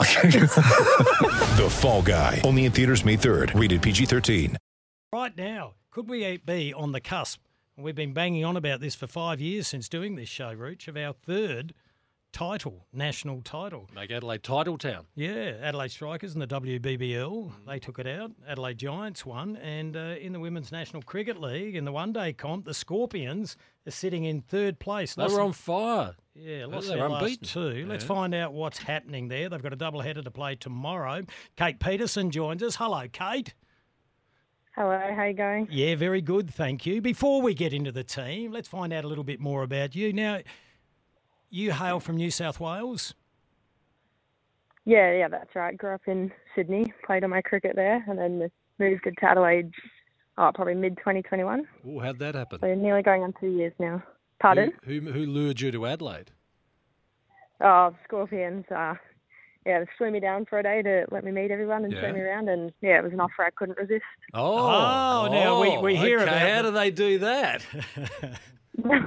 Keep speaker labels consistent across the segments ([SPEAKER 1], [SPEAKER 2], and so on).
[SPEAKER 1] The Fall Guy. Only in theaters May 3rd. Rated PG-13.
[SPEAKER 2] Right now, could we e-, be on the cusp? and We've been banging on about this for five years since doing this show, Rooch, of our third title, national title.
[SPEAKER 3] Make Adelaide title town.
[SPEAKER 2] Yeah, Adelaide Strikers and the WBBL,
[SPEAKER 3] Mm.
[SPEAKER 2] they took it out. Adelaide Giants won. And uh, in the Women's National Cricket League, in the one day comp, the Scorpions are sitting in third place.
[SPEAKER 3] They
[SPEAKER 2] Lost-
[SPEAKER 3] were on fire.
[SPEAKER 2] yeah,
[SPEAKER 3] They
[SPEAKER 2] lost
[SPEAKER 3] were
[SPEAKER 2] their last
[SPEAKER 3] unbeaten.
[SPEAKER 2] two. Let's
[SPEAKER 3] Yeah.
[SPEAKER 2] find out what's happening there. They've got a double header to play tomorrow. Kate Peterson joins us. Hello, Kate.
[SPEAKER 4] Hello, how you going?
[SPEAKER 2] Yeah, very good, thank you. Before we get into the team, let's find out a little bit more about you. Now, you hail from New South Wales.
[SPEAKER 4] Yeah, yeah, that's right. Grew up in Sydney, played all my cricket there, and then moved to Adelaide. Oh, probably mid 2021.
[SPEAKER 3] Ooh, how'd that happen?
[SPEAKER 4] So nearly going on two years now. Pardon?
[SPEAKER 3] Who, who, who lured you to Adelaide?
[SPEAKER 4] Oh, Scorpions. Uh, yeah, they flew me down for a day to let me meet everyone and
[SPEAKER 3] Yeah.
[SPEAKER 4] show me around, and yeah, it was an offer I couldn't resist.
[SPEAKER 3] Oh,
[SPEAKER 2] Oh, now we- we hear
[SPEAKER 3] okay.
[SPEAKER 2] about
[SPEAKER 3] How
[SPEAKER 2] the-
[SPEAKER 3] do they do that?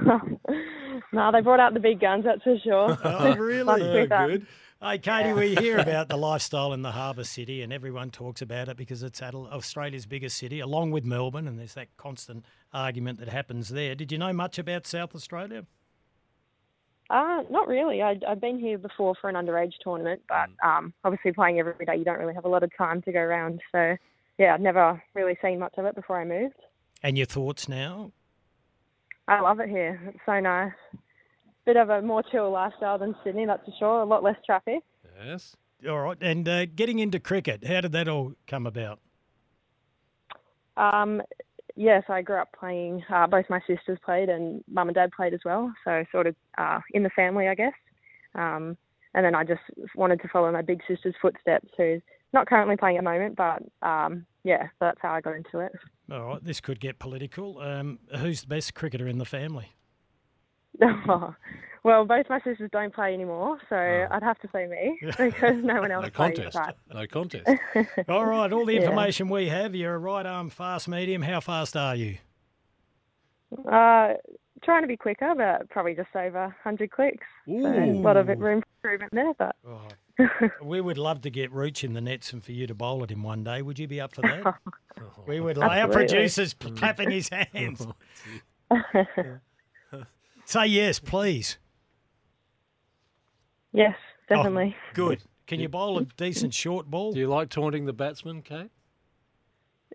[SPEAKER 4] no, they brought out the big guns, that's for sure.
[SPEAKER 2] Oh, really?
[SPEAKER 4] Lots
[SPEAKER 2] Oh,
[SPEAKER 4] with that.
[SPEAKER 3] Good.
[SPEAKER 2] Hey, Katie, we hear about the lifestyle in the harbour city, and everyone talks about it because it's Adela- Australia's biggest city, along with Melbourne, and there's that constant argument that happens there. Did you know much about South Australia?
[SPEAKER 4] Uh, not really. I, I've been here before for an underage tournament, but um, obviously playing every day, you don't really have a lot of time to go around. So, yeah, I'd never really seen much of it before I moved.
[SPEAKER 2] And your thoughts now?
[SPEAKER 4] I love it here. It's so nice. Bit of a more chill lifestyle than Sydney, that's for sure. A lot less traffic.
[SPEAKER 3] Yes.
[SPEAKER 2] All right, and uh, getting into cricket, how did that all come about?
[SPEAKER 4] Um, yes, I grew up playing. Uh, both my sisters played, and mum and dad played as well. So sort of uh, in the family, I guess. Um, and then I just wanted to follow my big sister's footsteps, who's not currently playing at the moment, but um, yeah, that's how I got into it.
[SPEAKER 2] All right, this could get political. Um, who's the best cricketer in the family?
[SPEAKER 4] well, both my sisters don't play anymore, so I'd have to say me because no one else
[SPEAKER 3] No
[SPEAKER 4] plays.
[SPEAKER 3] contest.
[SPEAKER 4] but-
[SPEAKER 3] No contest.
[SPEAKER 2] All right, all the information we have. You're a right arm fast medium. How fast are you?
[SPEAKER 4] Uh, trying to be quicker, but probably just over 100 clicks. So a lot of room for improvement there, but
[SPEAKER 3] Oh.
[SPEAKER 2] We would love to get Rooch in the nets and for you to bowl at him one day. Would you be up for that? we would. Our
[SPEAKER 4] Absolutely.
[SPEAKER 2] producer's p- clapping his hands. Say yes, please.
[SPEAKER 4] yes,
[SPEAKER 2] Oh,
[SPEAKER 4] definitely.
[SPEAKER 2] good. Can you bowl a decent short ball?
[SPEAKER 3] Do you like taunting the batsman, Kate?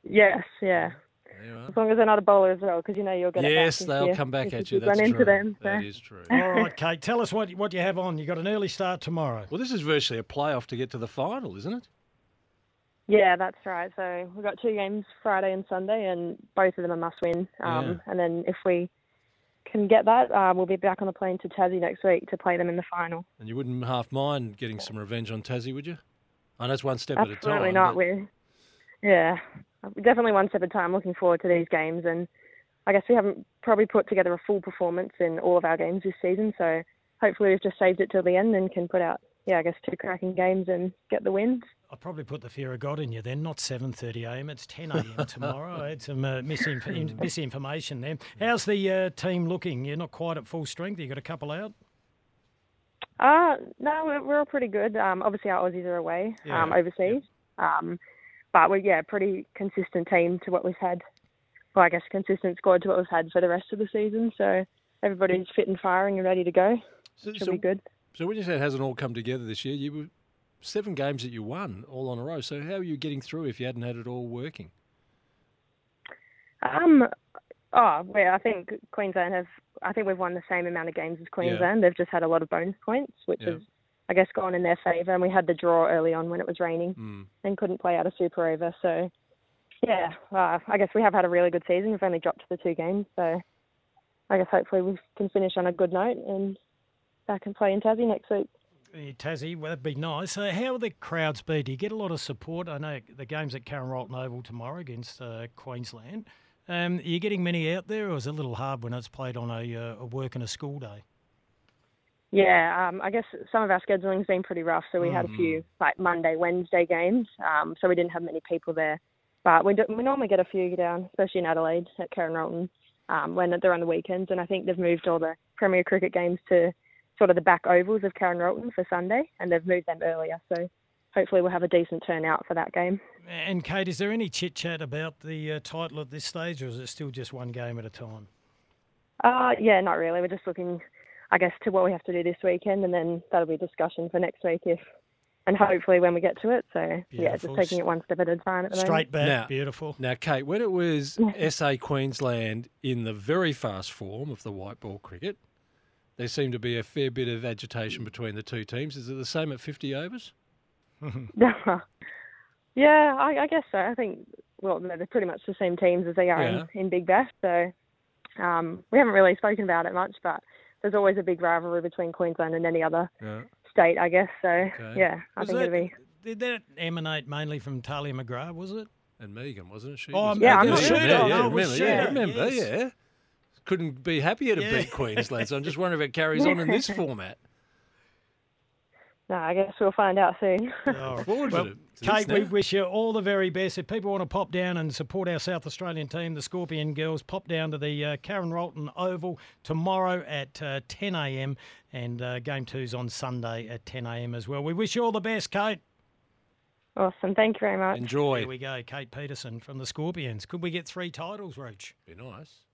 [SPEAKER 4] Yes, yeah.
[SPEAKER 3] There you are.
[SPEAKER 4] As long as they're not a bowler as well, because you know you'll get.
[SPEAKER 3] Yes,
[SPEAKER 4] it back if
[SPEAKER 3] they'll come back
[SPEAKER 4] if
[SPEAKER 3] at you.
[SPEAKER 4] Run
[SPEAKER 3] That's
[SPEAKER 4] into
[SPEAKER 3] true.
[SPEAKER 4] them. So.
[SPEAKER 3] That is true.
[SPEAKER 2] All right, Kate. Tell us what what you have on. You got an early start tomorrow.
[SPEAKER 3] Well, this is virtually a playoff to get to the final, isn't it?
[SPEAKER 4] Yeah, that's right. So we've got two games Friday and Sunday, and both of them are must win. Um, And then if we can get that, uh, we'll be back on the plane to Tassie next week to play them in the final.
[SPEAKER 3] And you wouldn't half mind getting some revenge on Tassie, would you? I know it's one step at a time.
[SPEAKER 4] Absolutely not.
[SPEAKER 3] but-
[SPEAKER 4] We're yeah, definitely one step at a time. Looking forward to these games, and I guess we haven't probably put together a full performance in all of our games this season. So hopefully we've just saved it till the end and can put out yeah, I guess two cracking games and get the wins.
[SPEAKER 2] I probably put the fear of God in you then. Not 7:30 a.m. It's 10 a.m. tomorrow. I had some uh, misinf- in- misinformation there. How's the uh, team looking? You're not quite at full strength. You got a couple out.
[SPEAKER 4] Uh, no, we're, we're all pretty good. Um, obviously our Aussies are away
[SPEAKER 2] Yeah,
[SPEAKER 4] um, overseas, um, but we're yeah pretty consistent team to what we've had. Well, I guess consistent squad to what we've had for the rest of the season. So everybody's fit and firing and ready to go.
[SPEAKER 3] So,
[SPEAKER 4] Should
[SPEAKER 3] so-
[SPEAKER 4] be good.
[SPEAKER 3] so when you said it hasn't all come together this year, you were seven games that you won all on a row. So how are you getting through if you hadn't had it all working?
[SPEAKER 4] Um, oh, well, I think Queensland have. I think we've won the same amount of games as Queensland. They've just had a lot of bonus points, which
[SPEAKER 3] Yeah.
[SPEAKER 4] has, I guess, gone in their favour. And we had the draw early on when it was raining
[SPEAKER 3] Mm.
[SPEAKER 4] and couldn't play out a super over. So, yeah, uh, I guess we have had a really good season. We've only dropped the two games, so I guess hopefully we can finish on a good note and back and play in Tassie next week.
[SPEAKER 2] eh, Tassie, well, that'd be nice. So how will the crowds be? Do you get a lot of support? I know the game's at Carnarvon Oval tomorrow against uh, Queensland. Um, are you getting many out there, or is it a little hard when it's played on a, uh, a work and a school day?
[SPEAKER 4] Yeah, um, I guess some of our scheduling's been pretty rough, so we had a few like Monday, Wednesday games, um, so we didn't have many people there. But we, do, we normally get a few down, especially in Adelaide at Karen Rolton, um, when they're on the weekends. And I think they've moved all the Premier Cricket games to sort of the back ovals of Karen Rolton for Sunday, and they've moved them earlier. So hopefully we'll have a decent turnout for that game.
[SPEAKER 2] And Kate, is there any chit chat about the uh, title at this stage, or is it still just one game at a time?
[SPEAKER 4] Uh, yeah, not really. We're just looking, I guess, to what we have to do this weekend, and then that'll be discussion for next week if, and hopefully when we get to it. So yeah,
[SPEAKER 2] Beautiful.
[SPEAKER 4] just taking it one step at a time at the moment.
[SPEAKER 2] Straight back,
[SPEAKER 3] Now-
[SPEAKER 2] beautiful.
[SPEAKER 3] Now, Kate, when it was SA Queensland in the very fast form of the white ball cricket, there seemed to be a fair bit of agitation between the two teams. Is it the same at 50 overs?
[SPEAKER 4] yeah, I, I guess so. I think well, they're pretty much the same teams as they are
[SPEAKER 3] Yeah.
[SPEAKER 4] in, in Big Bash, so um, we haven't really spoken about it much, but there's always a big rivalry between Queensland and any other
[SPEAKER 3] Yeah.
[SPEAKER 4] state, I guess. So yeah, I
[SPEAKER 2] Was
[SPEAKER 4] think
[SPEAKER 2] that-
[SPEAKER 4] it'll be.
[SPEAKER 2] Did that emanate mainly from Talia McGrath, was it?
[SPEAKER 3] And Megan, wasn't it? She
[SPEAKER 2] Oh,
[SPEAKER 3] was-
[SPEAKER 2] Megan,
[SPEAKER 4] Yeah, I'm not
[SPEAKER 3] yeah,
[SPEAKER 4] sure.
[SPEAKER 3] Yeah,
[SPEAKER 2] No, it
[SPEAKER 3] yeah,
[SPEAKER 2] was
[SPEAKER 3] remember, yeah,
[SPEAKER 2] Shooter,
[SPEAKER 3] remember,
[SPEAKER 2] Oh, yes.
[SPEAKER 3] yeah. Couldn't be happier to
[SPEAKER 2] Yeah.
[SPEAKER 3] beat Queensland. So I'm just wondering if it carries on in this format.
[SPEAKER 4] No, I guess we'll find out soon.
[SPEAKER 2] Oh,
[SPEAKER 3] forward to
[SPEAKER 2] well,
[SPEAKER 3] it. It's
[SPEAKER 2] Kate, we
[SPEAKER 3] now.
[SPEAKER 2] wish you all the very best. If people want to pop down and support our South Australian team, the Scorpion Girls, pop down to the uh, Karen Rolton Oval tomorrow at uh, 10 a.m. and uh, game two's on Sunday at 10 a.m. as well. We wish you all the best, Kate.
[SPEAKER 4] awesome, thank you very much.
[SPEAKER 3] Enjoy.
[SPEAKER 2] Here we go, Kate Peterson from the Scorpions. Could we get three titles, Roach?
[SPEAKER 3] Be nice.